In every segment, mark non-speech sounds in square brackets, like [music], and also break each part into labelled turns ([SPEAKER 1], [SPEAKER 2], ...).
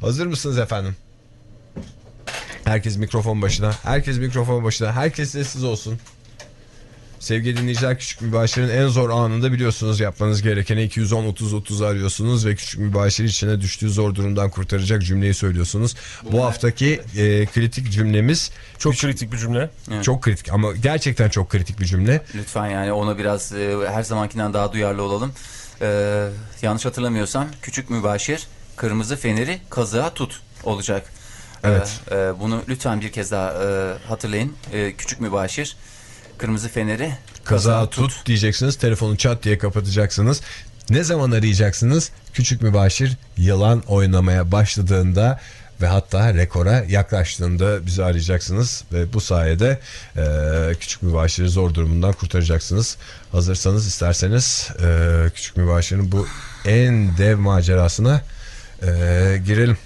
[SPEAKER 1] Hazır mısınız efendim? Herkes mikrofon başına. Herkes mikrofon başına. Herkes sessiz olsun. Sevgili dinleyiciler Küçük Mübaşir'in en zor anında biliyorsunuz yapmanız gerekeni 210-30-30 arıyorsunuz ve Küçük Mübaşir içine düştüğü zor durumdan kurtaracak cümleyi söylüyorsunuz. Bu haftaki e, kritik cümlemiz
[SPEAKER 2] Çok kritik bir cümle.
[SPEAKER 1] Evet. Çok kritik ama gerçekten çok kritik bir cümle.
[SPEAKER 3] Lütfen yani ona biraz e, her zamankinden daha duyarlı olalım. Ee, yanlış hatırlamıyorsam küçük mübaşir kırmızı feneri kazığa tut olacak. Ee,
[SPEAKER 1] Evet.
[SPEAKER 3] e, bunu lütfen bir kez daha e, hatırlayın. Ee, küçük mübaşir kırmızı feneri
[SPEAKER 1] Kaza tut diyeceksiniz. Telefonu çat diye kapatacaksınız. Ne zaman arayacaksınız? Küçük mübaşir yılan oynamaya başladığında ve hatta rekora yaklaştığında bizi arayacaksınız. Ve bu sayede e, küçük mübaşiri zor durumundan kurtaracaksınız. Hazırsanız isterseniz e, küçük mübaşirin bu en dev macerasına e, girelim.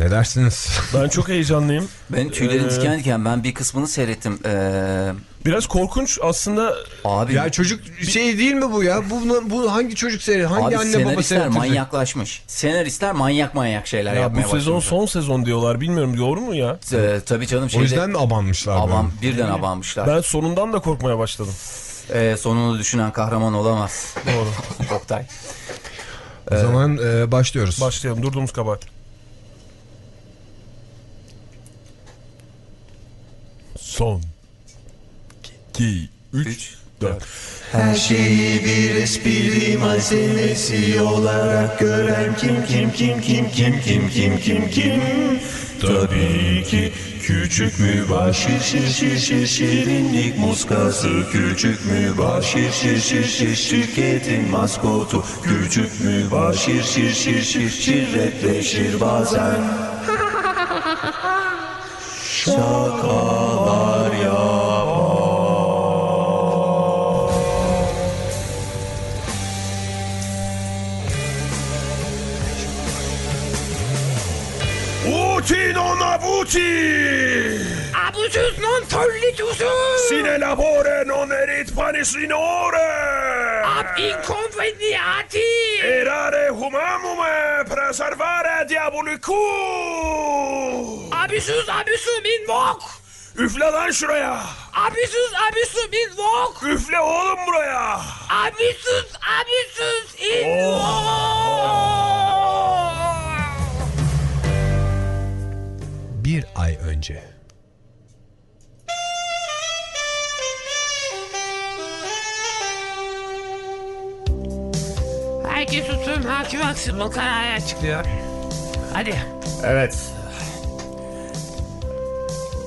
[SPEAKER 1] Ne dersiniz?
[SPEAKER 2] Ben çok heyecanlıyım.
[SPEAKER 3] Ben tüylerim
[SPEAKER 2] Ee,
[SPEAKER 3] diken diken ben bir kısmını seyrettim. Ee,
[SPEAKER 2] Biraz korkunç aslında
[SPEAKER 3] abi
[SPEAKER 1] Ya çocuk şey değil mi bu ya? Bu, bu hangi çocuk seri? Hangi
[SPEAKER 3] abi
[SPEAKER 1] anne baba
[SPEAKER 3] senaristler
[SPEAKER 1] seri?
[SPEAKER 3] manyaklaşmış. Senaristler manyak manyak şeyler
[SPEAKER 2] ya bu
[SPEAKER 3] yapmaya
[SPEAKER 2] sezon
[SPEAKER 3] başlamış.
[SPEAKER 2] son sezon diyorlar bilmiyorum doğru mu ya?
[SPEAKER 3] Ee, tabii canım
[SPEAKER 1] O
[SPEAKER 3] şeyde
[SPEAKER 1] yüzden mi abanmışlar?
[SPEAKER 3] aban,
[SPEAKER 1] böyle?
[SPEAKER 3] birden abanmışlar.
[SPEAKER 2] Ben sonundan da korkmaya başladım.
[SPEAKER 3] Ee, sonunu düşünen kahraman olamaz.
[SPEAKER 2] Doğru.
[SPEAKER 3] [laughs] Oktay.
[SPEAKER 1] O zaman e, başlıyoruz.
[SPEAKER 2] Başlayalım durduğumuz kabahat. Son. 2 3 4
[SPEAKER 4] Her şeyi bir espri malzemesi olarak gören kim kim kim kim kim kim kim kim kim Tabii ki küçük mübaşir şir şir şir şirinlik muskası Küçük mübaşir şir şir şir şirketin maskotu Küçük mübaşir şir şir şir şirretleşir bazen [laughs] Şakalar yapar
[SPEAKER 5] Uti non avuti!
[SPEAKER 6] Abusus non sollicitusus!
[SPEAKER 5] Sine labore non erit panis in ore!
[SPEAKER 6] Ab
[SPEAKER 5] Eh.
[SPEAKER 6] inconveniati!
[SPEAKER 5] Erare
[SPEAKER 2] eh,
[SPEAKER 5] humamume preservare diabolicum!
[SPEAKER 6] Abusus abusum in vok!
[SPEAKER 5] Üfle lan şuraya!
[SPEAKER 6] Abusus abusum in vok!
[SPEAKER 5] Üfle oğlum buraya!
[SPEAKER 6] Abusus abusus in vok!
[SPEAKER 1] Bir ay önce.
[SPEAKER 6] Herkes oturun hakim haksız bu karar açıklıyor. Hadi.
[SPEAKER 7] Evet.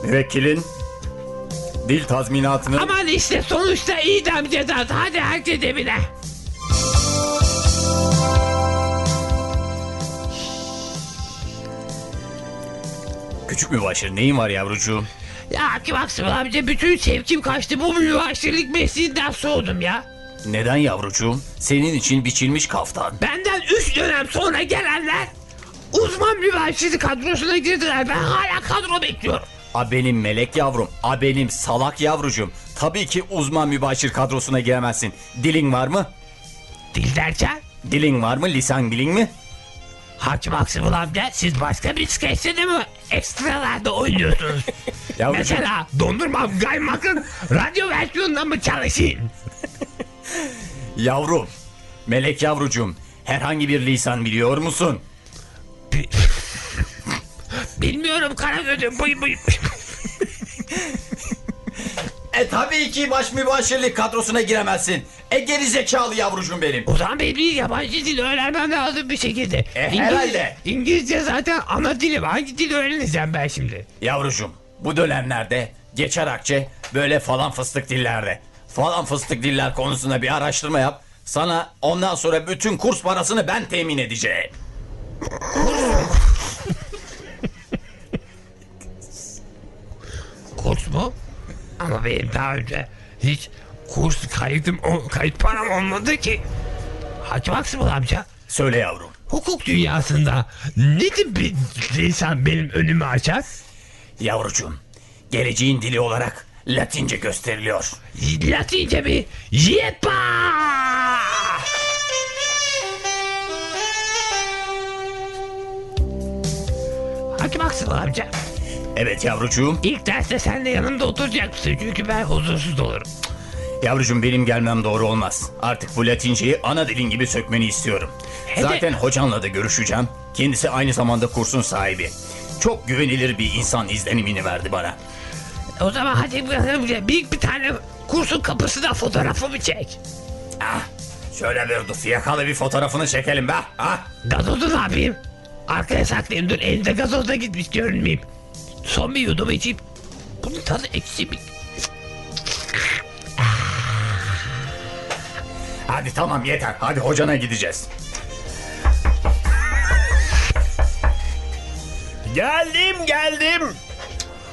[SPEAKER 3] Müvekkilin dil tazminatını
[SPEAKER 6] Aman işte sonuçta idam cezası. Hadi herkes evine.
[SPEAKER 3] küçük mü başır? Neyin var yavrucuğum?
[SPEAKER 6] Ya hakim haksız amca bütün sevkim kaçtı. Bu mübaşirlik mesleğinden soğudum ya.
[SPEAKER 3] Neden yavrucuğum? Senin için biçilmiş kaftan.
[SPEAKER 6] Benden 3 dönem sonra gelenler uzman mühendislik kadrosuna girdiler. Ben hala kadro bekliyorum.
[SPEAKER 3] A benim melek yavrum, a benim salak yavrucuğum. Tabii ki uzman mübaşir kadrosuna giremezsin. Dilin var mı?
[SPEAKER 6] Dil derken
[SPEAKER 3] Dilin var mı? Lisan bilin mi?
[SPEAKER 6] Hakim Aksımıl amca siz başka bir skeçte de mi
[SPEAKER 3] [laughs]
[SPEAKER 6] ekstralarda oynuyorsunuz?
[SPEAKER 3] Yavrucuğum,
[SPEAKER 6] Mesela dondurmam kaymakın radyo versiyonunda
[SPEAKER 3] [laughs]
[SPEAKER 6] mı çalışayım?
[SPEAKER 3] yavrum. Melek yavrucuğum, herhangi bir lisan biliyor musun?
[SPEAKER 6] Bilmiyorum Karagöz'üm buy buy.
[SPEAKER 3] E tabii ki baş mübaşirlik kadrosuna giremezsin. E geri zekalı yavrucuğum benim.
[SPEAKER 6] O zaman benim bir yabancı dil öğrenmem lazım bir şekilde.
[SPEAKER 3] E, herhalde.
[SPEAKER 6] İngilizce zaten ana dilim. Hangi dil öğreneceğim ben şimdi?
[SPEAKER 3] Yavrucuğum bu dönemlerde geçer akçe böyle falan fıstık dillerde. Falan fıstık diller konusunda bir araştırma yap. Sana ondan sonra bütün kurs parasını ben temin edeceğim.
[SPEAKER 6] Kurs mu? Ama benim daha önce hiç kurs kaydım, o- kayıt param olmadı ki. Hacı Maksimal amca,
[SPEAKER 3] Söyle yavrum.
[SPEAKER 6] hukuk dünyasında ne tip bir insan benim önümü açar?
[SPEAKER 3] Yavrucuğum geleceğin dili olarak Latince gösteriliyor.
[SPEAKER 6] Latince bir yepa! Belki baksın amca.
[SPEAKER 3] Evet yavrucuğum.
[SPEAKER 6] İlk derste sen de yanımda oturacaksın çünkü ben huzursuz olurum.
[SPEAKER 3] Yavrucuğum benim gelmem doğru olmaz. Artık bu latinceyi ana dilin gibi sökmeni istiyorum.
[SPEAKER 6] Hadi.
[SPEAKER 3] Zaten hocanla da görüşeceğim. Kendisi aynı zamanda kursun sahibi. Çok güvenilir bir insan izlenimini verdi bana.
[SPEAKER 6] O zaman hadi bakalım, büyük bir tane kursun kapısına fotoğrafımı çek.
[SPEAKER 3] Ah, şöyle bir dur, yakalı bir fotoğrafını çekelim be. Ah.
[SPEAKER 6] Gazozu ne yapayım? Arkaya saklayayım dur elimde gazoz da gitmiş görünmeyeyim. Son bir yudum içeyim. Bunun tadı eksi bir...
[SPEAKER 3] Hadi tamam yeter. Hadi hocana gideceğiz.
[SPEAKER 5] Geldim geldim.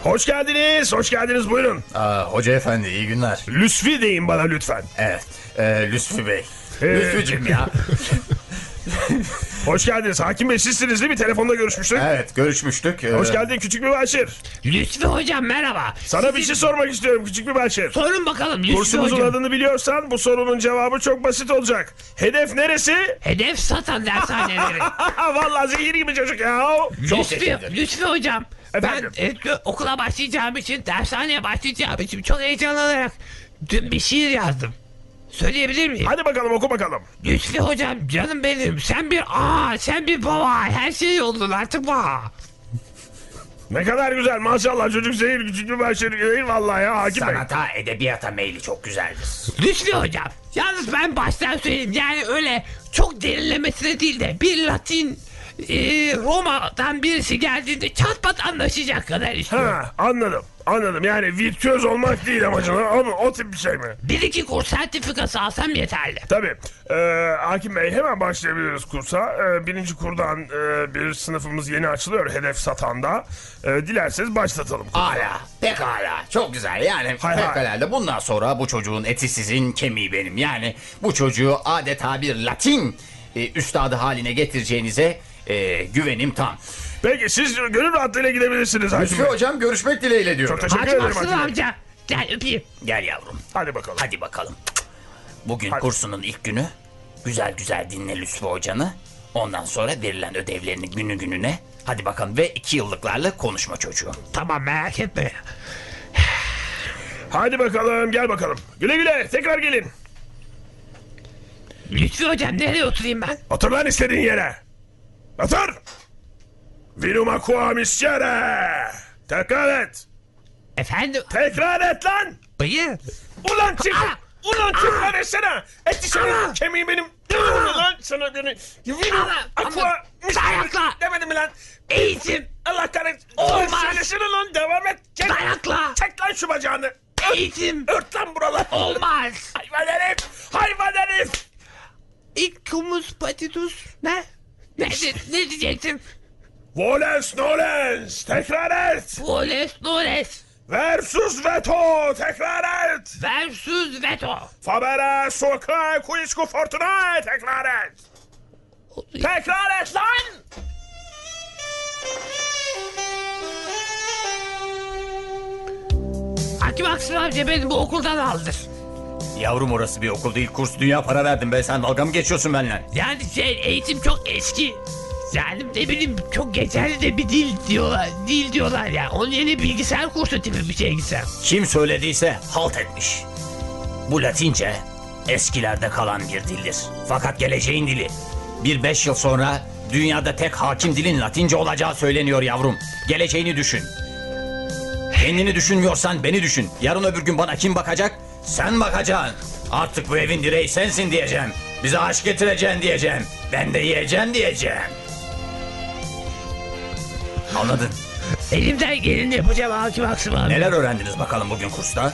[SPEAKER 5] Hoş geldiniz, hoş geldiniz buyurun.
[SPEAKER 3] Aa, hoca efendi iyi günler.
[SPEAKER 5] Lüsfi deyin bana lütfen.
[SPEAKER 3] Evet. E, Lüsfü Bey. Lüsfücüm [laughs] ya.
[SPEAKER 5] Hoş geldiniz. Hakim Bey sizsiniz değil mi? Telefonda görüşmüştük.
[SPEAKER 3] Evet görüşmüştük. Ee,
[SPEAKER 5] Hoş geldin küçük bir başır.
[SPEAKER 6] Lütfü hocam merhaba.
[SPEAKER 5] Sana bir şey sormak istiyorum küçük bir başır.
[SPEAKER 6] Sorun bakalım Lütfü
[SPEAKER 5] Kursunuzun
[SPEAKER 6] hocam.
[SPEAKER 5] adını biliyorsan bu sorunun cevabı çok basit olacak. Hedef neresi? [laughs]
[SPEAKER 6] Hedef satan dershaneleri.
[SPEAKER 5] Vallahi zehir gibi çocuk ya.
[SPEAKER 6] Lütfü, Lütfü hocam.
[SPEAKER 5] Efendim?
[SPEAKER 6] Ben e, kö- okula başlayacağım için, dershaneye başlayacağım için çok heyecanlanarak dün bir şiir yazdım. Söyleyebilir miyim?
[SPEAKER 5] Hadi bakalım oku bakalım.
[SPEAKER 6] Lütfü hocam canım benim sen bir aa sen bir baba her şey oldun artık baba.
[SPEAKER 5] Ne kadar güzel maşallah çocuk zehir küçük bir başır. Eyvallah ya Hakim Bey.
[SPEAKER 3] Sanata, edebiyata meyli çok güzeldir.
[SPEAKER 6] Lütfü hocam yalnız ben baştan söyleyeyim yani öyle çok derinlemesine değil de bir Latin e, Roma'dan birisi geldiğinde çat pat anlaşacak kadar istiyorum.
[SPEAKER 5] Ha, anladım. Anladım yani virtüöz olmak değil amacın ama o tip bir şey mi?
[SPEAKER 6] Bir iki kurs sertifikası alsam yeterli.
[SPEAKER 5] Tabii. Ee, Hakim Bey hemen başlayabiliriz kursa. Ee, birinci kurdan e, bir sınıfımız yeni açılıyor hedef satanda. Ee, dilerseniz başlatalım.
[SPEAKER 3] Hala. Pekala. Çok güzel. Yani
[SPEAKER 5] Hay hay.
[SPEAKER 3] pekala da bundan sonra bu çocuğun eti sizin kemiği benim. Yani bu çocuğu adeta bir Latin e, üstadı haline getireceğinize e, güvenim tam.
[SPEAKER 5] Peki siz gönül rahatlığıyla gidebilirsiniz Hakim
[SPEAKER 3] Lütfü
[SPEAKER 5] Bey.
[SPEAKER 3] hocam görüşmek dileğiyle diyorum.
[SPEAKER 5] Çok teşekkür
[SPEAKER 6] Hacı
[SPEAKER 5] ederim
[SPEAKER 6] Mahsun
[SPEAKER 5] Hakim Bey.
[SPEAKER 6] amca gel öpeyim.
[SPEAKER 3] Gel yavrum.
[SPEAKER 5] Hadi bakalım.
[SPEAKER 3] Hadi bakalım. Bugün
[SPEAKER 5] Hadi.
[SPEAKER 3] kursunun ilk günü. Güzel güzel dinle Lütfü hocanı. Ondan sonra verilen ödevlerini günü gününe. Hadi bakalım ve iki yıllıklarla konuşma çocuğu.
[SPEAKER 6] Tamam merak etme.
[SPEAKER 5] Hadi bakalım gel bakalım. Güle güle tekrar gelin.
[SPEAKER 6] Lütfü hocam nereye oturayım ben?
[SPEAKER 5] Otur lan istediğin yere. Otur. Vinuma kuamisçere. Tekrar et.
[SPEAKER 6] Efendim
[SPEAKER 5] Tekrar et lan.
[SPEAKER 6] bayı.
[SPEAKER 5] Ulan çık!
[SPEAKER 6] Aa!
[SPEAKER 5] Ulan çık lan etsene! Etti
[SPEAKER 6] Aa!
[SPEAKER 5] seni! Kemiği benim! Demedim mi lan sana beni? Yuvinu!
[SPEAKER 6] Aa! Ama-
[SPEAKER 5] Aqua!
[SPEAKER 6] Dayakla!
[SPEAKER 5] Demedim mi lan?
[SPEAKER 6] İyisin.
[SPEAKER 5] Allah kahretsin!
[SPEAKER 6] Olmaz!
[SPEAKER 5] Ulan Söylesene lan devam et! Çek,
[SPEAKER 6] Dayakla.
[SPEAKER 5] Çek lan şu bacağını!
[SPEAKER 6] İyisin.
[SPEAKER 5] Ört lan buraları!
[SPEAKER 6] Olmaz.
[SPEAKER 5] Hayvan herif! Hayvan herif!
[SPEAKER 6] İkkumus patitus. Ne? Ne, de- ne diyecektim?
[SPEAKER 5] Volens nolens! Tekrar et!
[SPEAKER 6] Voles nores
[SPEAKER 5] Versus veto! Tekrar et!
[SPEAKER 6] versus veto.
[SPEAKER 5] Fabera sokae quisco fortunae! Tekrar et! Tekrar et lan!
[SPEAKER 6] Hakim Aksın amca beni bu okuldan aldır.
[SPEAKER 3] Yavrum orası bir okul değil kurs dünya para verdim be sen dalga mı geçiyorsun benimle?
[SPEAKER 6] Yani şey eğitim çok eski. Yani ne bileyim çok geçerli de bir dil diyorlar. Dil diyorlar ya. Onun yerine bilgisayar kursu tipi bir şey gitsem.
[SPEAKER 3] Kim söylediyse halt etmiş. Bu Latince eskilerde kalan bir dildir. Fakat geleceğin dili. Bir beş yıl sonra dünyada tek hakim dilin Latince olacağı söyleniyor yavrum. Geleceğini düşün. Kendini düşünmüyorsan beni düşün. Yarın öbür gün bana kim bakacak? Sen bakacaksın. Artık bu evin direği sensin diyeceğim. Bize aşk getireceksin diyeceğim. Ben de yiyeceğim diyeceğim. Anladın.
[SPEAKER 6] Elimden geleni yapacağım Hakim Aksın amca. E
[SPEAKER 3] Neler öğrendiniz bakalım bugün kursta?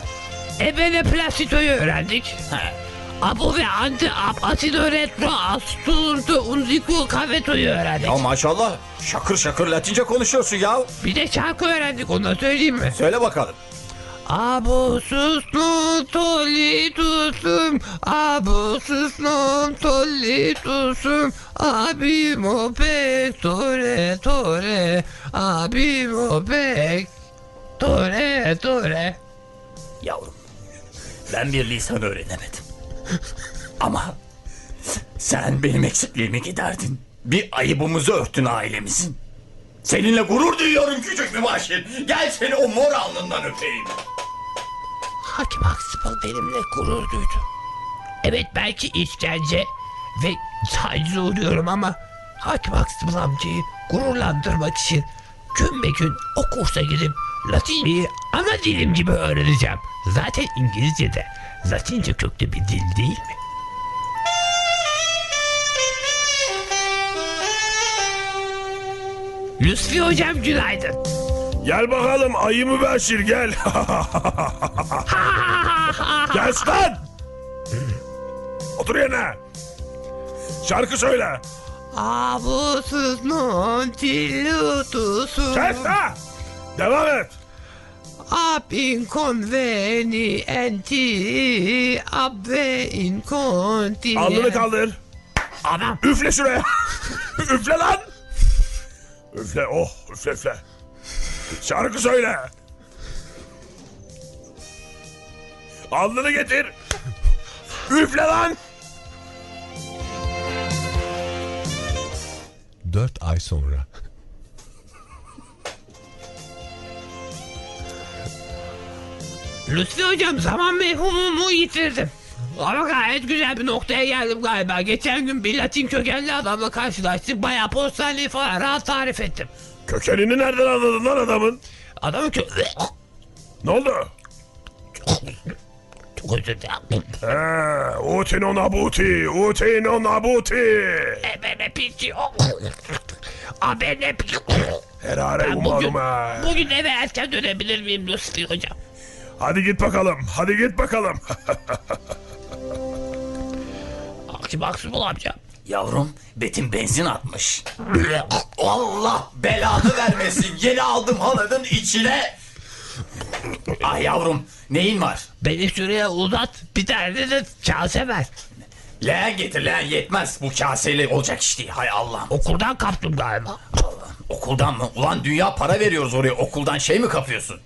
[SPEAKER 6] Ebene plastitoyu öğrendik.
[SPEAKER 3] He.
[SPEAKER 6] Apo ve anti ap, asido retro asturdu unziku kavetoyu öğrendik.
[SPEAKER 3] Ya maşallah şakır şakır Latince konuşuyorsun ya.
[SPEAKER 6] Bir de şarkı öğrendik onu da söyleyeyim mi?
[SPEAKER 3] Söyle bakalım.
[SPEAKER 6] Abu susnum toli tusum Abu susnum toli tusum Abim o pek tore tore Abim o pek tore tore
[SPEAKER 3] Yavrum ben bir lisan öğrenemedim. Ama sen benim eksikliğimi giderdin. Bir ayıbımızı örttün ailemizin. Seninle gurur duyuyorum küçük mübaşir. Gel seni o mor alnından öpeyim.
[SPEAKER 6] Hakim Huxtable benimle gurur duydu. Evet belki işkence ve tacize uğruyorum ama Hakim Huxtable amcayı gururlandırmak için gün be gün o kursa gidip Latince'yi ana dilim gibi öğreneceğim. Zaten İngilizce de Latince köklü bir dil değil mi? Lütfi hocam günaydın.
[SPEAKER 5] Gel bakalım ayı mübaşir [laughs] gel. gel lan. Otur yerine. Şarkı söyle.
[SPEAKER 6] Abusuz non tillutusum.
[SPEAKER 5] Kes ha. Devam et.
[SPEAKER 6] Ab inconvenienti, ab ve inconti.
[SPEAKER 5] Alnını kaldır.
[SPEAKER 6] Adam.
[SPEAKER 5] Üfle şuraya. [laughs] üfle lan. Üfle oh üfle üfle. Şarkı söyle. Alnını getir. Üfle lan.
[SPEAKER 1] 4 ay sonra.
[SPEAKER 6] Lütfi hocam zaman mefhumumu yitirdim. Ama gayet güzel bir noktaya geldim galiba. Geçen gün bir Latin kökenli adamla karşılaştık. Bayağı postaneyi falan rahat tarif ettim.
[SPEAKER 5] Kökenini nereden anladın lan adamın?
[SPEAKER 6] Adamın kö...
[SPEAKER 5] Ne oldu?
[SPEAKER 6] Çok özür dilerim. [laughs]
[SPEAKER 5] Ha, Utino Nabuti, Utino Nabuti.
[SPEAKER 6] Ebene piçi. [laughs] Abene piçi.
[SPEAKER 5] Herare
[SPEAKER 6] Ben bugün,
[SPEAKER 5] umarım ha.
[SPEAKER 6] bugün eve erken dönebilir miyim Lütfi hocam?
[SPEAKER 5] Hadi git bakalım, hadi git
[SPEAKER 6] [laughs]
[SPEAKER 5] bakalım.
[SPEAKER 6] Akşam Aksumul amca.
[SPEAKER 3] Yavrum Betim benzin atmış. Allah belanı vermesin. Yeni aldım haladın içine. Ah yavrum neyin var?
[SPEAKER 6] Beni şuraya uzat bir tane de kase ver.
[SPEAKER 3] Leğen getir leğen yetmez. Bu kaseyle olacak iş değil. Hay Allah'ım.
[SPEAKER 6] Okuldan kaptım galiba.
[SPEAKER 3] Allah'ım. Okuldan mı? Ulan dünya para veriyoruz oraya. Okuldan şey mi kapıyorsun?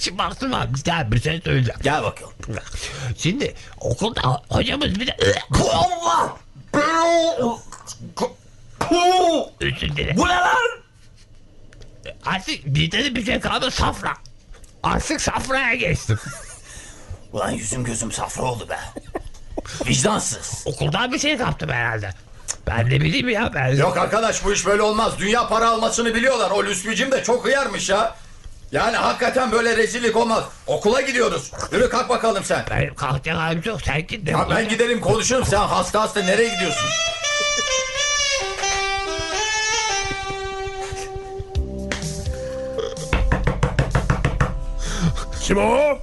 [SPEAKER 6] Şimdi baktım abi güzel bir şey söyleyeceğim.
[SPEAKER 3] Gel bakalım.
[SPEAKER 6] Şimdi okulda hocamız bir de [laughs]
[SPEAKER 3] Allah!
[SPEAKER 6] özür dilerim.
[SPEAKER 3] Bu ne lan?
[SPEAKER 6] Artık midede bir şey kaldı safra. Artık safraya geçtim.
[SPEAKER 3] Ulan yüzüm gözüm safra oldu be. Vicdansız.
[SPEAKER 6] Okuldan bir şey kaptım herhalde. Ben de bileyim ya ben.
[SPEAKER 3] Yok arkadaş bu iş böyle olmaz. Dünya para almasını biliyorlar. O Lüsmücüm de çok hıyarmış ya. Yani hakikaten böyle rezillik olmaz. Okula gidiyoruz. Yürü kalk bakalım sen.
[SPEAKER 6] Benim kalkacak halim yok sen git.
[SPEAKER 3] Ya ben giderim konuşurum. Sen hasta hasta nereye gidiyorsun?
[SPEAKER 5] Kim o?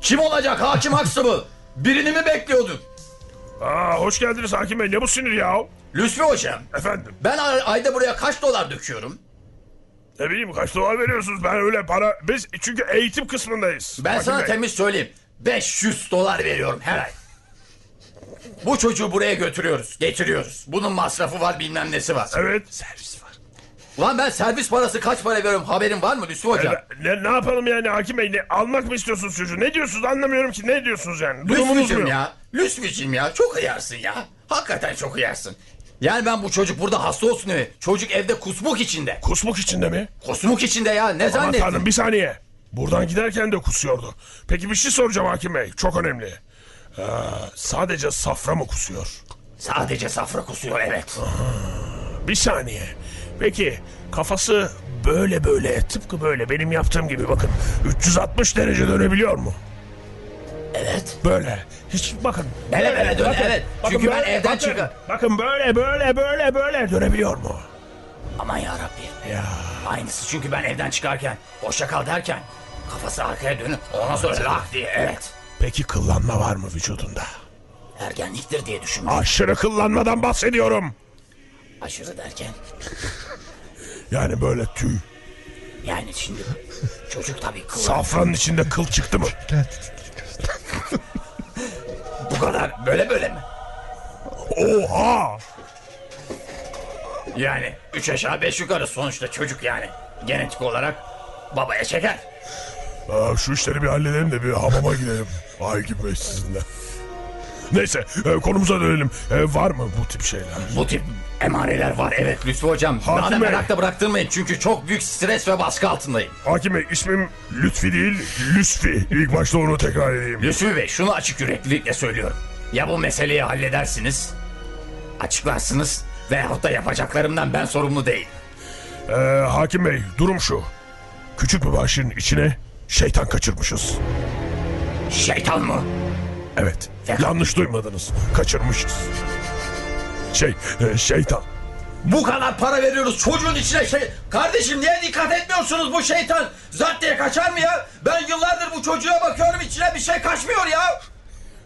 [SPEAKER 3] Kim olacak hakim haksı mı? Birini mi bekliyordun?
[SPEAKER 5] Aa, hoş geldiniz hakim bey. Ne bu sinir ya?
[SPEAKER 3] Lüsmü hocam.
[SPEAKER 5] Efendim,
[SPEAKER 3] Ben ay- ayda buraya kaç dolar döküyorum?
[SPEAKER 5] ne bileyim kaç dolar veriyorsunuz? Ben öyle para... Biz çünkü eğitim kısmındayız.
[SPEAKER 3] Ben
[SPEAKER 5] hakim
[SPEAKER 3] sana
[SPEAKER 5] bey.
[SPEAKER 3] temiz söyleyeyim. 500 dolar veriyorum her ay. Bu çocuğu buraya götürüyoruz, getiriyoruz. Bunun masrafı var, bilmem nesi var.
[SPEAKER 5] Evet.
[SPEAKER 3] Ulan ben servis parası kaç para veriyorum haberin var mı Lüsmü Hocam?
[SPEAKER 5] Ne, ne yapalım yani hakim bey? Ne, almak mı istiyorsunuz çocuğu? Ne diyorsunuz? Anlamıyorum ki. Ne diyorsunuz yani? Durumunuz
[SPEAKER 3] Lüsmücüm
[SPEAKER 5] mu?
[SPEAKER 3] ya, Lüsmücüm ya çok hıyarsın ya. Hakikaten çok hıyarsın. Yani ben bu çocuk burada hasta olsun diye. Çocuk evde kusmuk içinde.
[SPEAKER 5] Kusmuk içinde mi?
[SPEAKER 3] Kusmuk içinde ya ne
[SPEAKER 5] Aman
[SPEAKER 3] zannettin?
[SPEAKER 5] tanrım bir saniye. Buradan giderken de kusuyordu. Peki bir şey soracağım hakim bey. Çok önemli. Ee, sadece safra mı kusuyor?
[SPEAKER 3] Sadece safra kusuyor evet.
[SPEAKER 5] Bir saniye. Peki kafası böyle böyle tıpkı böyle benim yaptığım gibi bakın 360 derece dönebiliyor mu?
[SPEAKER 3] Evet.
[SPEAKER 5] Böyle. Hiç bakın.
[SPEAKER 3] Bele bele dön evet.
[SPEAKER 5] bakın
[SPEAKER 3] Çünkü ben
[SPEAKER 5] böyle,
[SPEAKER 3] evden
[SPEAKER 5] bakın,
[SPEAKER 3] çıkıyorum.
[SPEAKER 5] Bakın böyle böyle böyle böyle dönebiliyor mu?
[SPEAKER 3] Aman yarabbim. Ya. Aynısı çünkü ben evden çıkarken, hoşça kal derken kafası arkaya dönüp ondan sonra lak diye evet.
[SPEAKER 5] Peki kıllanma var mı vücudunda?
[SPEAKER 3] Ergenliktir diye düşündüm.
[SPEAKER 5] Aşırı kıllanmadan bahsediyorum.
[SPEAKER 3] Aşırı derken
[SPEAKER 5] Yani böyle tüy.
[SPEAKER 3] yani şimdi çocuk tabii kıvır.
[SPEAKER 5] Safranın içinde kıl çıktı mı?
[SPEAKER 3] Bu kadar böyle böyle mi?
[SPEAKER 5] Oha!
[SPEAKER 3] Yani üç aşağı beş yukarı sonuçta çocuk yani. Genetik olarak babaya çeker.
[SPEAKER 5] Aa, şu işleri bir halledelim de bir hamama gidelim. Hakim Bey sizinle. Neyse e, konumuza dönelim. E, var mı bu tip şeyler?
[SPEAKER 3] Bu tip emareler var evet Lütfü hocam. Daha da
[SPEAKER 5] Hakim Bey.
[SPEAKER 3] merakta bıraktırmayın çünkü çok büyük stres ve baskı altındayım.
[SPEAKER 5] Hakim Bey ismim Lütfi değil Lüsfi. İlk başta onu tekrar edeyim.
[SPEAKER 3] Lütfü Bey şunu açık yüreklilikle söylüyorum. Ya bu meseleyi halledersiniz, açıklarsınız veyahut da yapacaklarımdan ben sorumlu değil.
[SPEAKER 5] E, Hakim Bey durum şu. Küçük mübaşirin içine şeytan kaçırmışız.
[SPEAKER 3] Şeytan mı?
[SPEAKER 5] Evet.
[SPEAKER 3] Ya-
[SPEAKER 5] Yanlış duymadınız. Kaçırmışız. Şey, e, şeytan.
[SPEAKER 3] Bu kadar para veriyoruz çocuğun içine şey... Kardeşim niye dikkat etmiyorsunuz bu şeytan? Zat diye kaçar mı ya? Ben yıllardır bu çocuğa bakıyorum içine bir şey kaçmıyor ya.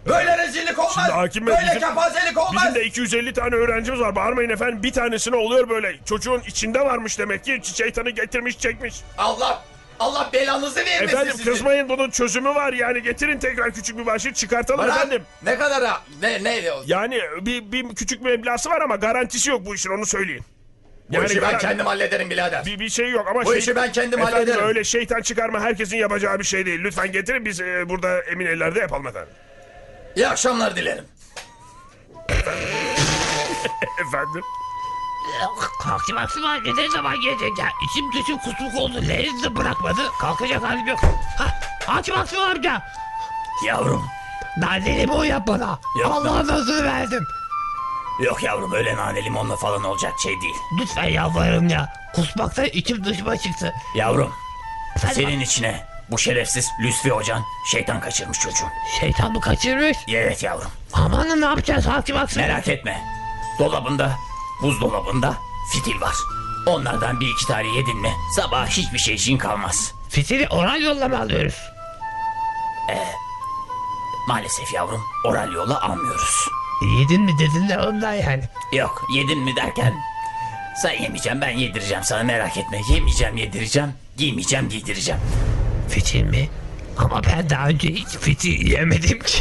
[SPEAKER 3] Böyle rezillik olmaz.
[SPEAKER 5] Şimdi hakim bey,
[SPEAKER 3] Böyle
[SPEAKER 5] bizim-
[SPEAKER 3] kepazelik olmaz.
[SPEAKER 5] Bizim de 250 tane öğrencimiz var. Bağırmayın efendim. Bir tanesine oluyor böyle. Çocuğun içinde varmış demek ki. Şeytanı getirmiş çekmiş.
[SPEAKER 3] Allah Allah belanızı vermesin
[SPEAKER 5] Efendim
[SPEAKER 3] sizin.
[SPEAKER 5] kızmayın bunun çözümü var yani. Getirin tekrar küçük bir başlık çıkartalım
[SPEAKER 3] Bırak.
[SPEAKER 5] efendim.
[SPEAKER 3] Ne kadara? Ne ne?
[SPEAKER 5] Yani bir, bir küçük meblası var ama garantisi yok bu işin onu söyleyeyim.
[SPEAKER 3] bu işi ben
[SPEAKER 5] gar-
[SPEAKER 3] kendim hallederim birader.
[SPEAKER 5] bir, bir şey yok ama
[SPEAKER 3] Bu işi ben kendim
[SPEAKER 5] Efendim,
[SPEAKER 3] hallederim.
[SPEAKER 5] öyle şeytan çıkarma herkesin yapacağı bir şey değil. Lütfen getirin biz e, burada emin ellerde yapalım efendim.
[SPEAKER 3] İyi akşamlar dilerim.
[SPEAKER 5] Efendim?
[SPEAKER 6] Kalktım aksım halde ne zaman gelecek ya? İçim dışım kusmuk oldu. Leğen de bırakmadı. Kalkacak halim yok. Ha, hakim aksım amca.
[SPEAKER 3] Yavrum.
[SPEAKER 6] Naneli bu yap bana.
[SPEAKER 3] Yapma.
[SPEAKER 6] Allah'ın adını verdim.
[SPEAKER 3] Yok yavrum öyle nane limonla falan olacak şey değil.
[SPEAKER 6] Lütfen yalvarırım ya. Kusmakta içim dışıma çıktı.
[SPEAKER 3] Yavrum.
[SPEAKER 6] Hadi
[SPEAKER 3] Senin içine bu şerefsiz Lüsfi hocan şeytan kaçırmış çocuğu.
[SPEAKER 6] Şeytan mı kaçırmış?
[SPEAKER 3] Evet yavrum.
[SPEAKER 6] Amanın ne yapacağız hakim aksım?
[SPEAKER 3] Merak etme. Dolabında, buzdolabında fitil var. Onlardan bir iki tane yedin mi sabah hiçbir şey için kalmaz.
[SPEAKER 6] Fitili oral yolla mı alıyoruz?
[SPEAKER 3] Maalesef yavrum oral yolla almıyoruz.
[SPEAKER 6] Yedin mi dedin de ondan yani.
[SPEAKER 3] Yok yedin mi derken sen yemeyeceğim ben yedireceğim sana merak etme. Yemeyeceğim yedireceğim, giymeyeceğim giydireceğim.
[SPEAKER 6] Fitil mi? Ama ben daha önce hiç fitil yemedim ki.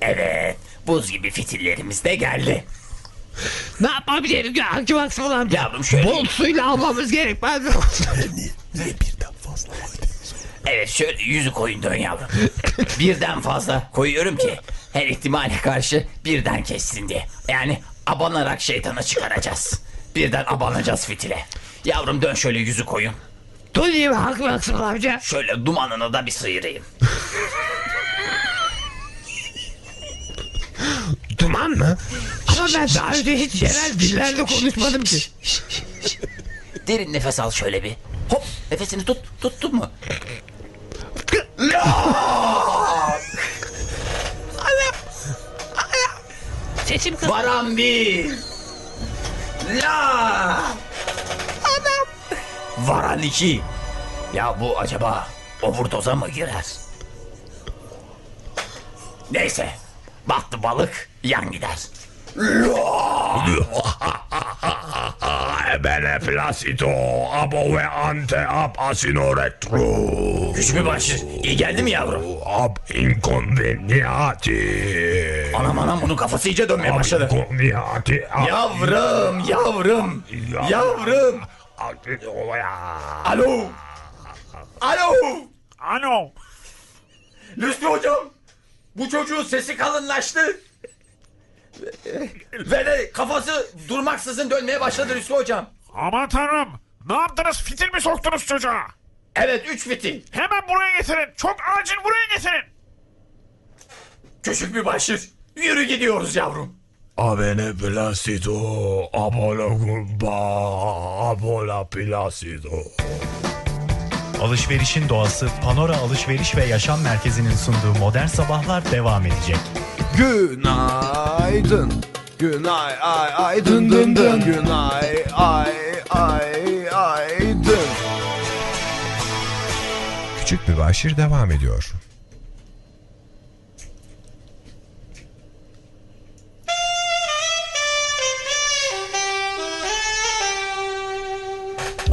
[SPEAKER 3] Evet buz gibi fitillerimiz de geldi.
[SPEAKER 6] [laughs] ne yapabilirim ya hakim aksım amca?
[SPEAKER 3] Yavrum şöyle
[SPEAKER 6] Bol suyla almamız gerekmez [laughs] mi?
[SPEAKER 3] Evet şöyle yüzü koyun dön yavrum. birden fazla koyuyorum ki her ihtimale karşı birden kessin diye. Yani abanarak şeytana çıkaracağız. Birden abanacağız fitile. Yavrum dön şöyle yüzü koyun.
[SPEAKER 6] Döneyim hakim aksım amca.
[SPEAKER 3] Şöyle dumanını da bir sıyırayım.
[SPEAKER 6] Duman mı? Ama ben daha önce hiç yerel dillerle konuşmadım [laughs] ki.
[SPEAKER 3] Derin nefes al şöyle bir. Hop nefesini tut. Tuttun mu?
[SPEAKER 6] Sesim kısıldı.
[SPEAKER 3] Varan bir. La. Adam. Varan iki. Ya bu acaba overdoza mı girer? Neyse. Battı balık yan gider.
[SPEAKER 5] [laughs] Ebene placito abo ve ante ab asino retro.
[SPEAKER 3] Güç mü başı? İyi geldi mi yavrum?
[SPEAKER 5] Ab inconveniati.
[SPEAKER 3] Anam anam bunun kafası iyice dönmeye başladı.
[SPEAKER 5] Inconveniati. ab
[SPEAKER 3] Yavrum yavrum. Yavrum. Alo. Alo.
[SPEAKER 5] Ano.
[SPEAKER 3] Lütfü hocam. Bu çocuğun sesi kalınlaştı. Ve- Ve de kafası durmaksızın dönmeye başladı Lütfü hocam.
[SPEAKER 5] Aman tanrım. Ne yaptınız? Fitil mi soktunuz çocuğa?
[SPEAKER 3] Evet üç fitil.
[SPEAKER 5] Hemen buraya getirin. Çok acil buraya getirin.
[SPEAKER 3] Küçük bir başır. Yürü gidiyoruz yavrum.
[SPEAKER 4] Avene placido, abola gumba, abola placido.
[SPEAKER 7] Alışverişin doğası Panora Alışveriş ve Yaşam Merkezi'nin sunduğu Modern Sabahlar devam edecek.
[SPEAKER 8] Günaydın. Günay ay ay dın dın dın. Günay ay ay ay dın.
[SPEAKER 1] Küçük Mübaşir devam ediyor.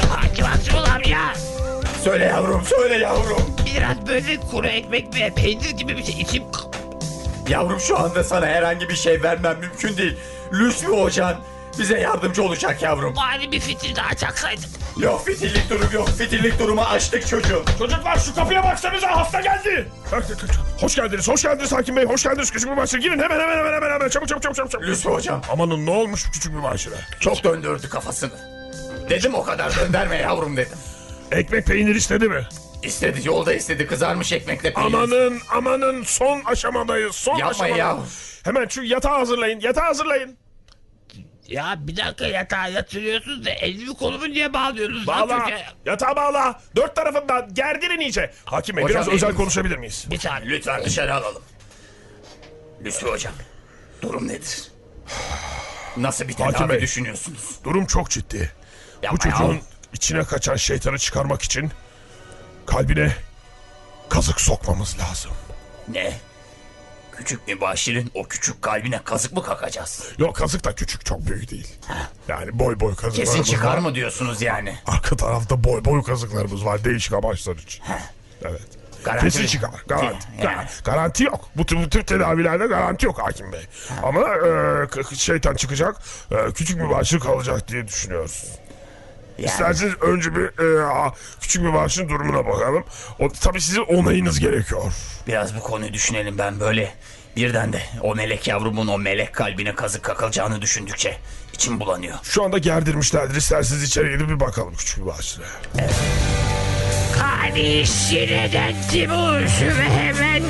[SPEAKER 6] Hakim aksım amca.
[SPEAKER 3] Söyle yavrum söyle yavrum.
[SPEAKER 6] Biraz böyle kuru ekmek ve peynir gibi bir şey içim
[SPEAKER 3] Yavrum şu anda sana herhangi bir şey vermem mümkün değil. Lütfü hocan bize yardımcı olacak yavrum.
[SPEAKER 6] Bari bir fitil daha çaksaydık.
[SPEAKER 3] Yok fitillik durum yok. Fitillik durumu açtık çocuğum.
[SPEAKER 5] Çocuklar şu kapıya baksanıza hasta geldi. Hoş geldiniz, hoş geldiniz Hakim Bey, hoş geldiniz Küçük Mübaşir. Girin hemen hemen hemen hemen hemen çabuk çabuk çabuk çabuk. çabuk.
[SPEAKER 3] Lütfü hocam
[SPEAKER 5] Amanın ne olmuş bu Küçük Mübaşir'e?
[SPEAKER 3] çok döndürdü kafasını. Dedim o kadar döndürme yavrum dedim.
[SPEAKER 5] Ekmek peynir istedi mi?
[SPEAKER 3] İstedi yolda istedi kızarmış ekmekle peynir.
[SPEAKER 5] Amanın amanın son aşamadayız, son
[SPEAKER 3] Yapmayın
[SPEAKER 5] aşamadayız.
[SPEAKER 3] yavrum.
[SPEAKER 5] Hemen şu yatağı hazırlayın, yatağı hazırlayın.
[SPEAKER 6] Ya bir dakika yatağa yatırıyorsunuz da elimi kolumu niye bağlıyorsunuz? lan
[SPEAKER 5] Bağla,
[SPEAKER 6] çocuğa?
[SPEAKER 5] yatağı bağla. Dört tarafından gerdirin iyice. Hakim Bey
[SPEAKER 3] Hocam,
[SPEAKER 5] biraz özel
[SPEAKER 3] eliniz-
[SPEAKER 5] konuşabilir miyiz?
[SPEAKER 6] Bir saniye.
[SPEAKER 3] Lütfen dışarı alalım. Lütfü hocam durum nedir? Nasıl bir
[SPEAKER 5] Hakim
[SPEAKER 3] tedavi
[SPEAKER 5] Bey.
[SPEAKER 3] düşünüyorsunuz?
[SPEAKER 5] Durum çok ciddi. Bu
[SPEAKER 3] Yapma
[SPEAKER 5] çocuğun
[SPEAKER 3] yavrum.
[SPEAKER 5] içine kaçan şeytanı çıkarmak için kalbine kazık sokmamız lazım.
[SPEAKER 3] Ne? Küçük mübaşirin o küçük kalbine kazık mı kakacağız?
[SPEAKER 5] Yok kazık da küçük çok büyük değil. Yani boy boy kazıklarımız
[SPEAKER 3] Kesin çıkar
[SPEAKER 5] var.
[SPEAKER 3] mı diyorsunuz yani?
[SPEAKER 5] Arka tarafta boy boy kazıklarımız var değişik amaçlar için. Evet.
[SPEAKER 3] Garanti
[SPEAKER 5] Kesin
[SPEAKER 3] mi?
[SPEAKER 5] çıkar. Garanti.
[SPEAKER 3] Yani.
[SPEAKER 5] Garanti, garanti yok. Bu, tür- bu tür tedavilerde garanti yok hakim bey. Ama e, k- şeytan çıkacak, e, küçük bir başlık kalacak diye düşünüyoruz.
[SPEAKER 3] Yani,
[SPEAKER 5] İsterseniz önce bir e, a- küçük bir başın durumuna bakalım. O, tabii sizin onayınız gerekiyor.
[SPEAKER 3] biraz bu konuyu düşünelim ben böyle. Birden de o melek yavrumun o melek kalbine kazık kakılacağını düşündükçe içim bulanıyor.
[SPEAKER 5] Şu anda gerdirmişlerdir. İsterseniz içeri gidip bir bakalım küçük bir başlığa.
[SPEAKER 6] Kardeşine Timur ve hemen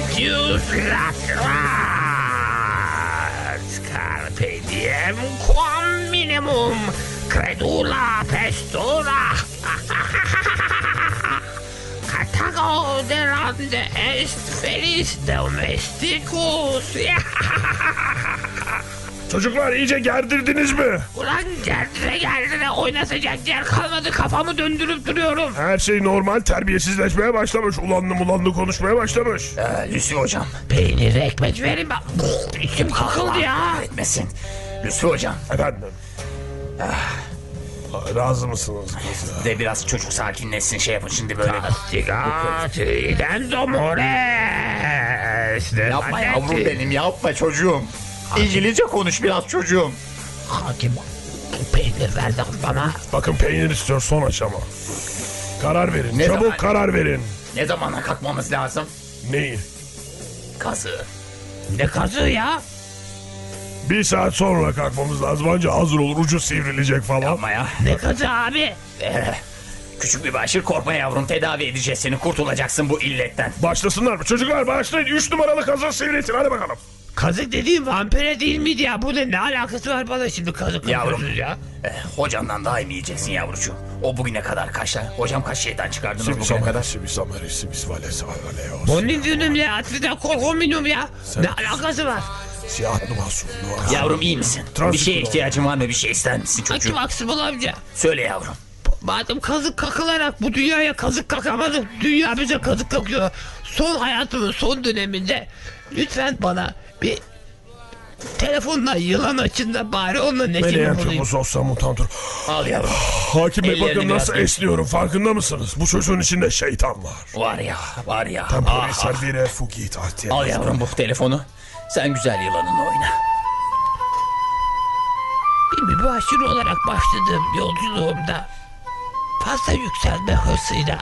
[SPEAKER 6] Yusraklat. Carpe diem quam minimum credula [laughs] pestura. Catago derande est felis domesticus. [laughs]
[SPEAKER 5] Çocuklar iyice gerdirdiniz mi?
[SPEAKER 6] Ulan gerdire gerdire oynatacak yer kalmadı kafamı döndürüp duruyorum.
[SPEAKER 5] Her şey normal terbiyesizleşmeye başlamış. Ulanlı mulanlı konuşmaya başlamış.
[SPEAKER 3] Ee, Lüsü hocam.
[SPEAKER 6] Peynir ekmek verin bak. İçim kakıldı ya.
[SPEAKER 3] Etmesin. Lüsü hocam.
[SPEAKER 5] Efendim. Ah, Razı mısınız?
[SPEAKER 3] De biraz çocuk sakinleşsin şey yapın şimdi böyle.
[SPEAKER 6] Castigati dentro mores.
[SPEAKER 3] Yapma yavrum benim yapma çocuğum. İngilizce konuş biraz çocuğum.
[SPEAKER 6] Hakim peynir verdi bana.
[SPEAKER 5] Bakın peynir istiyor son aşama. Karar verin.
[SPEAKER 3] Ne
[SPEAKER 5] Çabuk
[SPEAKER 3] zaman?
[SPEAKER 5] karar verin.
[SPEAKER 3] Ne zamana kalkmamız lazım?
[SPEAKER 5] Neyi?
[SPEAKER 3] Kazı.
[SPEAKER 6] Ne kazığı ya?
[SPEAKER 5] Bir saat sonra kalkmamız lazım. Anca hazır olur. Ucu sivrilecek falan.
[SPEAKER 3] Yapma ya.
[SPEAKER 6] Ne kazığı abi?
[SPEAKER 3] Ee, küçük bir başır korkma yavrum tedavi edeceğiz seni kurtulacaksın bu illetten.
[SPEAKER 5] Başlasınlar mı? Çocuklar başlayın. Üç numaralı kazı sivriletin. Hadi bakalım.
[SPEAKER 6] Kazık dediğim vampire değil miydi ya? Burada ne alakası var bana şimdi kazık
[SPEAKER 3] Yavrum.
[SPEAKER 6] yapıyorsunuz ya?
[SPEAKER 3] Ee, hocandan daha iyi mi yiyeceksin yavrucuğum? O bugüne kadar kaçlar? Hocam kaç şeyden çıkardınız bugüne kadar?
[SPEAKER 5] Simis ameri, simis valesi, avaleos.
[SPEAKER 6] Onun dünümle atlida korkominum ya. Ne alakası var?
[SPEAKER 5] Siyah numasu, numasu.
[SPEAKER 3] Yavrum iyi misin? bir şeye ihtiyacın var mı? Bir şey ister misin çocuğum?
[SPEAKER 6] Hakim Aksımıl amca.
[SPEAKER 3] Söyle yavrum.
[SPEAKER 6] Madem kazık kakılarak bu dünyaya kazık kakamadık, dünya bize kazık kakıyor. Son hayatımın son döneminde lütfen bana bir telefonla yılan açın da bari onunla neşeli
[SPEAKER 5] Meleğen
[SPEAKER 6] olayım.
[SPEAKER 5] tübus olsa mutantur.
[SPEAKER 3] Al yavrum.
[SPEAKER 5] Hakim Bey
[SPEAKER 3] Ellerini
[SPEAKER 5] bakın
[SPEAKER 3] biraz
[SPEAKER 5] nasıl
[SPEAKER 3] geç.
[SPEAKER 5] esniyorum farkında mısınız? Bu çocuğun içinde şeytan var.
[SPEAKER 3] Var ya var ya. Ah,
[SPEAKER 5] Tempore
[SPEAKER 3] ah.
[SPEAKER 5] servire fugit ahtiya.
[SPEAKER 3] Al yavrum bu telefonu. Sen güzel yılanınla oyna.
[SPEAKER 6] Bir mübaşir olarak başladığım yolculuğumda fazla yükselme hırsıyla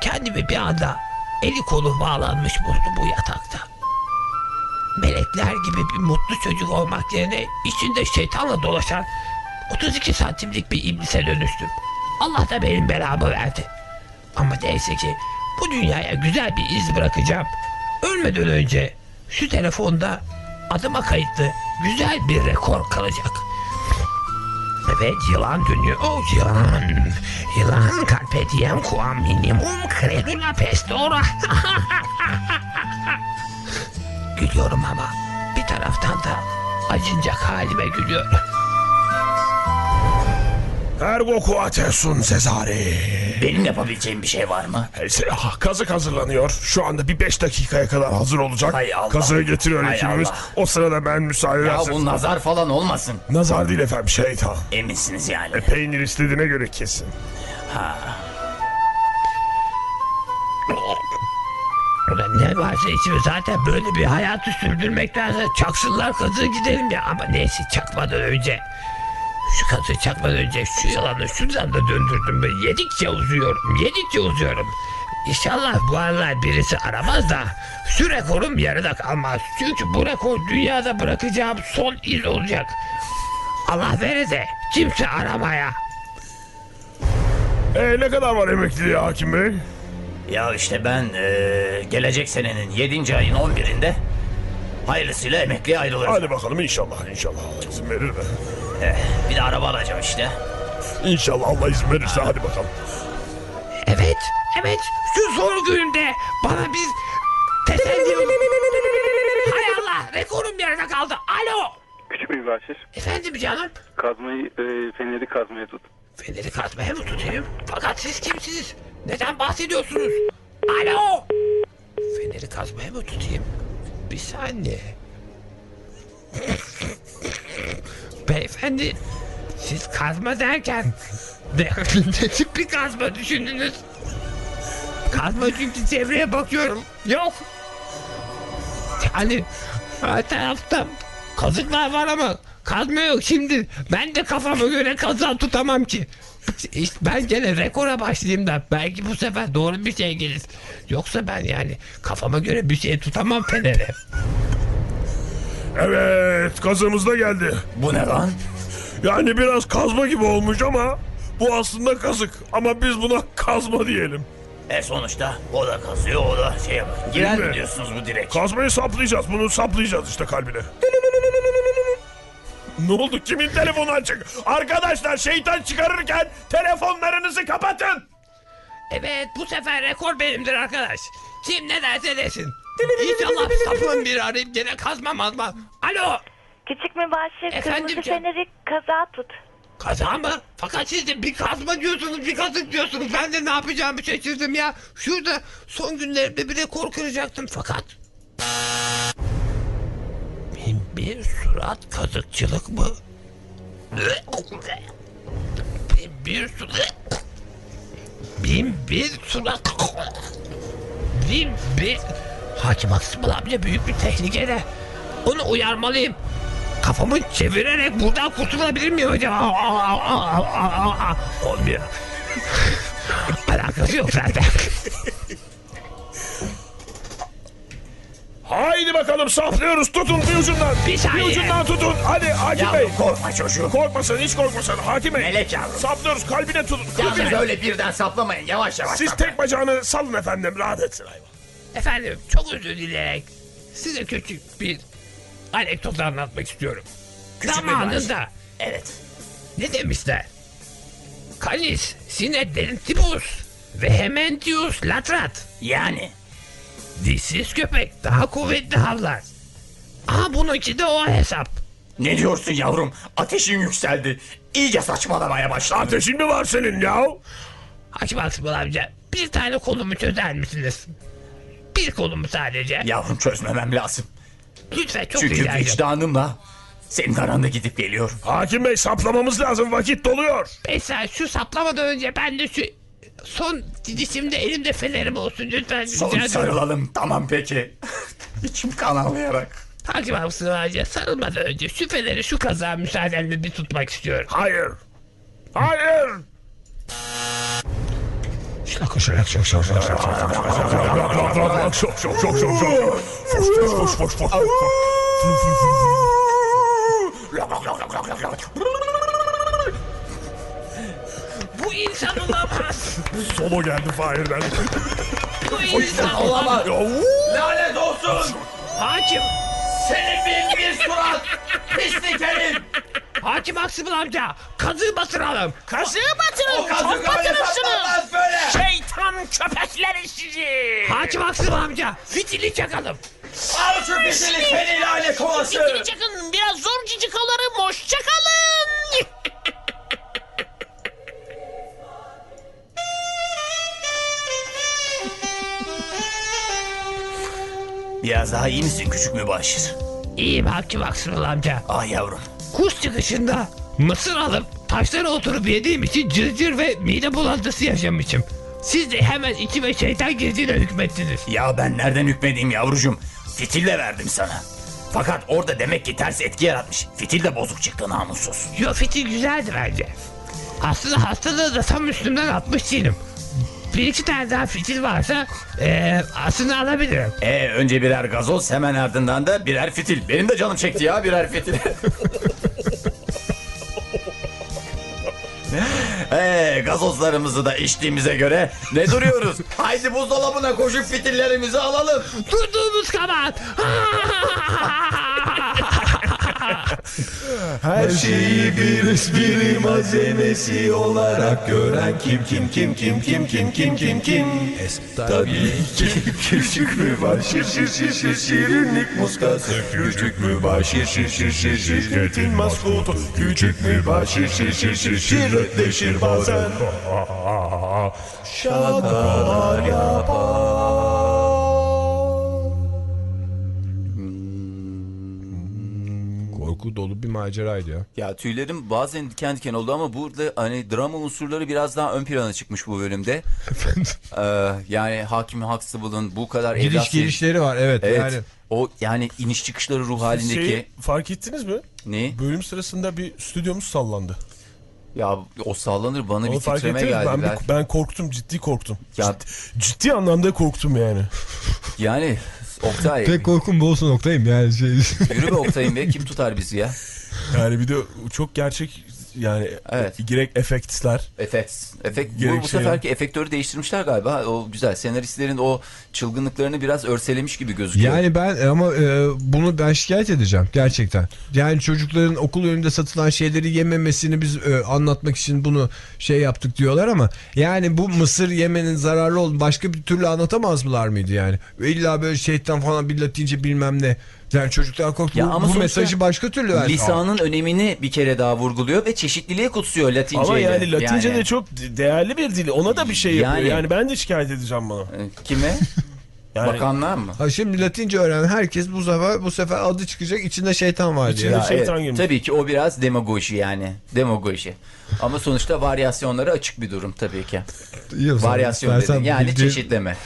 [SPEAKER 6] kendimi bir anda eli kolu bağlanmış buldum bu yatakta. Melekler gibi bir mutlu çocuk olmak yerine içinde şeytanla dolaşan 32 santimlik bir iblise dönüştüm. Allah da benim belamı verdi. Ama neyse ki bu dünyaya güzel bir iz bırakacağım. Ölmeden önce şu telefonda adıma kayıtlı güzel bir rekor kalacak. Evet yılan dönüyor. Oh yılan. Yılan carpe diem quam minimum credula pestora. [laughs] Gülüyorum ama bir taraftan da acınacak halime gülüyorum.
[SPEAKER 5] Ergo kuatesun sezari.
[SPEAKER 3] Benim yapabileceğim bir şey var mı?
[SPEAKER 5] Neyse, ah, Kazık hazırlanıyor. Şu anda bir 5 dakikaya kadar hazır olacak.
[SPEAKER 3] Hay Allah.
[SPEAKER 5] Kazığı getiriyor
[SPEAKER 3] Hay
[SPEAKER 5] ekibimiz.
[SPEAKER 3] Allah.
[SPEAKER 5] O sırada ben müsaade
[SPEAKER 3] Ya
[SPEAKER 5] ederseniz-
[SPEAKER 3] bu nazar falan olmasın.
[SPEAKER 5] Nazar değil efendim şeytan.
[SPEAKER 3] Eminsiniz yani.
[SPEAKER 5] Peynir istediğine göre kesin.
[SPEAKER 6] Ulan ne varsa içimi zaten böyle bir hayatı sürdürmektense çaksınlar kazığı gidelim ya. Ama neyse çakmadan önce Şu katı çakmadan önce şu yalanı şuradan da döndürdüm. Ben yedikçe uzuyorum, yedikçe uzuyorum. İnşallah bu aralar birisi aramaz da şu rekorum yarıda kalmaz. Çünkü bu rekor dünyada bırakacağım son iz olacak. Allah verir de kimse aramaya.
[SPEAKER 5] E, ne kadar var emekliliğe hakim bey?
[SPEAKER 3] Ya işte ben eee, gelecek senenin 7. ayın 11'inde hayırlısıyla emekliye ayrılırım.
[SPEAKER 5] Hadi bakalım inşallah inşallah Allah izin verir de.
[SPEAKER 3] Eh, bir de araba alacağım işte.
[SPEAKER 5] İnşallah Allah izin verirse hadi bakalım.
[SPEAKER 6] Evet, evet şu zor günde bana bir teselli... Hay Allah rekorum yarıda kaldı. Alo.
[SPEAKER 9] Küçük bir bahşiş.
[SPEAKER 6] Efendim canım.
[SPEAKER 9] Kazmayı, e, feneri kazmaya tut.
[SPEAKER 6] Feneri kasmaya mı tutayım? Fakat siz kimsiniz? Neden bahsediyorsunuz? Alo! Feneri kazmaya mı tutayım? Bir saniye. Beyefendi, siz kazma derken ne, ne tip bir kazma düşündünüz? Kazma çünkü çevreye bakıyorum. Yok. Yani her tarafta kazıklar var ama kazma yok şimdi. Ben de kafama göre kazan tutamam ki. İşte ben gene rekora başlayayım da belki bu sefer doğru bir şey gelir. Yoksa ben yani kafama göre bir şey tutamam Fener'e.
[SPEAKER 5] Evet kazığımız da geldi.
[SPEAKER 3] Bu ne lan?
[SPEAKER 5] Yani biraz kazma gibi olmuş ama bu aslında kazık. Ama biz buna kazma diyelim.
[SPEAKER 3] E sonuçta o da kazıyor o da şey yapıyor. Girer
[SPEAKER 5] Değil mi?
[SPEAKER 3] mi diyorsunuz bu direk?
[SPEAKER 5] Kazmayı saplayacağız. Bunu saplayacağız işte kalbine. Ne oldu? Kimin telefonu açık? Arkadaşlar şeytan çıkarırken telefonlarınızı kapatın.
[SPEAKER 6] Evet bu sefer rekor benimdir arkadaş. Kim ne derse desin. İnşallah sapın bir arayıp gene kazmam azma. Alo
[SPEAKER 10] Küçük mübaşir
[SPEAKER 6] Efendim
[SPEAKER 10] kırmızı
[SPEAKER 6] canım.
[SPEAKER 10] feneri kaza tut.
[SPEAKER 6] kaza mı? Fakat siz de bir kazma diyorsunuz bir kazık diyorsunuz. Ben de ne yapacağımı şaşırdım ya. Şurada son günlerimde bir rekor kıracaktım fakat. Bir, bir surat kazıkçılık mı? Bin bir surat. Bin bir surat. Bin bir... Hakim Aksımıl amca büyük bir tehlikede. Onu uyarmalıyım. Kafamı çevirerek buradan kurtulabilir miyim acaba? Aa, aa, aa, aa, aa. Olmuyor. [laughs] Alakası yok zaten.
[SPEAKER 5] Haydi bakalım saplıyoruz. Tutun bir ucundan.
[SPEAKER 6] Bir saniye.
[SPEAKER 5] Bir ucundan tutun. Hadi Hakim Bey.
[SPEAKER 3] Yavrum korkma çocuğum.
[SPEAKER 5] Korkmasın hiç korkmasın. Hakim Bey.
[SPEAKER 3] Melek yavrum.
[SPEAKER 5] Saplıyoruz kalbine tutun.
[SPEAKER 3] Yalnız
[SPEAKER 5] Kalbine.
[SPEAKER 3] öyle birden saplamayın yavaş yavaş.
[SPEAKER 5] Siz
[SPEAKER 3] saplayın.
[SPEAKER 5] tek bacağını salın efendim. Rahat etsin hayvan.
[SPEAKER 6] Efendim çok özür dileyerek size küçük bir anekdot anlatmak istiyorum.
[SPEAKER 3] Küçük bir
[SPEAKER 6] Zamanında
[SPEAKER 3] Evet.
[SPEAKER 6] ne demişler? Kanis sine dentibus ve hementius latrat.
[SPEAKER 3] Yani.
[SPEAKER 6] Dişsiz köpek daha kuvvetli havlar. Aha bununki de o hesap.
[SPEAKER 3] Ne diyorsun yavrum? Ateşin yükseldi. İyice saçmalamaya başladı.
[SPEAKER 5] Ateşin mi var senin ya?
[SPEAKER 6] Hakim Aksımıl amca bir tane kolumu çözer misiniz? Bir kolumu sadece.
[SPEAKER 3] Yavrum çözmemem lazım.
[SPEAKER 6] Lütfen çok
[SPEAKER 3] Çünkü
[SPEAKER 6] rica ediyorum.
[SPEAKER 3] vicdanımla senin aranda gidip geliyorum.
[SPEAKER 5] Hakim Bey saplamamız lazım. Vakit doluyor.
[SPEAKER 6] Mesela şu saplamadan önce ben de şu son dişimde elimde fenerim olsun lütfen. rica
[SPEAKER 3] Son
[SPEAKER 6] ediyorum.
[SPEAKER 3] sarılalım. Tamam peki. İçim kan ağlayarak.
[SPEAKER 6] Hakim Aksımıl amca sarılmadan önce şu feneri şu kaza müsaadenle bir tutmak istiyorum.
[SPEAKER 5] Hayır. Hayır. Şok şok şok şok şok. Foş foş foş foş foş.
[SPEAKER 6] Bu insan olamaz.
[SPEAKER 5] Solo geldi Fahir'den.
[SPEAKER 6] [laughs] Bu insan olamaz.
[SPEAKER 3] Lanet olsun.
[SPEAKER 6] Hakim.
[SPEAKER 3] Seni bin bir surat. Pislik herif.
[SPEAKER 6] Hakim Aksımıl amca kazığı batıralım.
[SPEAKER 3] O kazık öyle satılmaz böyle.
[SPEAKER 6] Hakim Aksımıl amca fitili çakalım.
[SPEAKER 3] Al şu pislik seni lanet olası.
[SPEAKER 6] Çakın biraz zor cici kalırım hoşça kalın.
[SPEAKER 3] Biraz daha iyi misin küçük mübaşir?
[SPEAKER 6] İyiyim Hakim Aksımıl amca.
[SPEAKER 3] Ah yavrum.
[SPEAKER 6] Kuş çıkışında mısır alıp taşlara oturup yediğim için cırcır ve mide bulantısı yaşamışım. Siz de hemen içime şeytan girdiğine hükmettiniz.
[SPEAKER 3] Ya ben nereden hükmedeyim yavrucuğum? Fitille verdim sana. Fakat orada demek ki ters etki yaratmış. Fitil de bozuk çıktı namussuz.
[SPEAKER 6] Yo fitil güzeldi bence. Aslında hastalığı da tam üstümden atmış değilim. Bir iki tane daha fitil varsa eee aslında alabilirim.
[SPEAKER 3] Ee, önce birer gazoz hemen ardından da birer fitil. Benim de canım çekti ya birer fitil. [laughs] Ee, gazozlarımızı da içtiğimize göre ne duruyoruz? Haydi buzdolabına koşup fitillerimizi alalım.
[SPEAKER 6] Durduğumuz kabahat. [laughs]
[SPEAKER 8] Her şeyi bir espri malzemesi olarak gören kim kim kim kim kim kim kim kim kim Tabii ki küçük mübaşir şir şir şir şirinlik muskası Küçük mübaşir şir şir şir şirketin maskotu Küçük mübaşir şir şir şir şirretleşir bazen Şakalar yapar
[SPEAKER 1] Korku dolu bir maceraydı ya.
[SPEAKER 3] Ya tüylerim bazen diken diken oldu ama burada hani drama unsurları biraz daha ön plana çıkmış bu bölümde. Ee, yani Hakim Huxtable'ın bu kadar
[SPEAKER 1] Giriş
[SPEAKER 3] evlatsız-
[SPEAKER 1] girişleri var evet.
[SPEAKER 3] Evet.
[SPEAKER 1] Yani
[SPEAKER 3] O yani iniş çıkışları ruh halindeki
[SPEAKER 2] Şeyi fark ettiniz mi?
[SPEAKER 3] ne?
[SPEAKER 2] Bölüm sırasında bir stüdyomuz sallandı.
[SPEAKER 3] Ya o sallanır bana
[SPEAKER 2] Onu
[SPEAKER 3] bir
[SPEAKER 2] fark
[SPEAKER 3] titreme
[SPEAKER 2] ettiniz mi? Ben,
[SPEAKER 3] geldi.
[SPEAKER 2] bir- ben korktum ciddi korktum.
[SPEAKER 3] Ya
[SPEAKER 2] Ciddi anlamda korktum yani.
[SPEAKER 3] yani Oktay
[SPEAKER 1] pek korkum bu olsun noktayım yani. Şey,
[SPEAKER 3] yürü be Oktay'ım be kim tutar bizi ya?
[SPEAKER 2] Yani bir de çok gerçek yani
[SPEAKER 3] Evet.
[SPEAKER 2] gerek efektler.
[SPEAKER 3] Efekt. Efekt bu,
[SPEAKER 2] Gerek
[SPEAKER 3] bu
[SPEAKER 2] şey
[SPEAKER 3] seferki efektörü değiştirmişler galiba. O güzel. Senaristlerin o çılgınlıklarını biraz örselemiş gibi gözüküyor.
[SPEAKER 1] Yani ben ama e, bunu ben şikayet edeceğim gerçekten. Yani çocukların okul önünde satılan şeyleri yememesini biz e, anlatmak için bunu şey yaptık diyorlar ama yani bu mısır yemenin zararlı olduğunu başka bir türlü anlatamaz mılar mıydı yani? İlla böyle şeytan falan bir latince bilmem ne. Yani çocuklar korktu.
[SPEAKER 3] Ya
[SPEAKER 1] Bu-
[SPEAKER 3] ama
[SPEAKER 1] bu
[SPEAKER 3] sonuçta
[SPEAKER 1] mesajı başka türlü verdi.
[SPEAKER 3] Lisanın önemini bir kere daha vurguluyor ve çeşitliliğe kutsuyor Latince'yle.
[SPEAKER 2] Ama yani Latince
[SPEAKER 3] Yani-
[SPEAKER 2] de çok değerli bir dil. Ona da bir şey yapıyor.
[SPEAKER 3] Yani-
[SPEAKER 2] Yani, ben de şikayet edeceğim bana.
[SPEAKER 3] e, Kime?
[SPEAKER 2] Yani
[SPEAKER 3] Bakanlar mı?
[SPEAKER 1] Ha şimdi Latince öğrenen herkes bu sefer bu sefer adı çıkacak içinde şeytan var diye.
[SPEAKER 3] Ya
[SPEAKER 2] şeytan
[SPEAKER 3] evet,
[SPEAKER 2] girmiş.
[SPEAKER 3] tabii ki o biraz demagoji yani. Demagoji. Ama sonuçta varyasyonlara açık bir durum tabii ki.
[SPEAKER 1] Yıl sonu
[SPEAKER 3] Varyasyon
[SPEAKER 1] istersen
[SPEAKER 3] dedim. Yani
[SPEAKER 1] bildiğin
[SPEAKER 3] çeşitleme.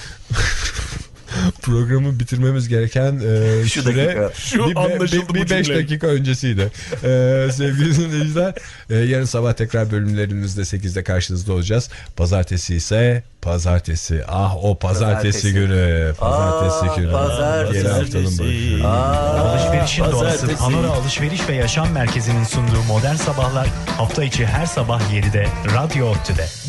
[SPEAKER 1] Programı bitirmemiz gereken e,
[SPEAKER 3] [laughs] Şu
[SPEAKER 1] süre
[SPEAKER 3] dakika.
[SPEAKER 2] Şu
[SPEAKER 1] bir, be,
[SPEAKER 2] anlaşıldı
[SPEAKER 1] bir,
[SPEAKER 2] bu
[SPEAKER 1] bir beş
[SPEAKER 2] cümle.
[SPEAKER 1] dakika öncesiydi. Ee,
[SPEAKER 2] [laughs]
[SPEAKER 1] sevgili dinleyiciler e, yarın sabah tekrar bölümlerimizde 8'de karşınızda olacağız. Pazartesi ise pazartesi. Ah o pazartesi,
[SPEAKER 3] Pazartesi.
[SPEAKER 1] günü. Pazartesi
[SPEAKER 3] Aa,
[SPEAKER 1] günü. Yeni
[SPEAKER 3] pazartesi. Ah.
[SPEAKER 1] haftanın başı.
[SPEAKER 7] Alışverişin doğası
[SPEAKER 3] pazartesi.
[SPEAKER 7] Panora Alışveriş ve Yaşam Merkezi'nin sunduğu Modern Sabahlar hafta içi her sabah 7'de Radyo Ottü'de.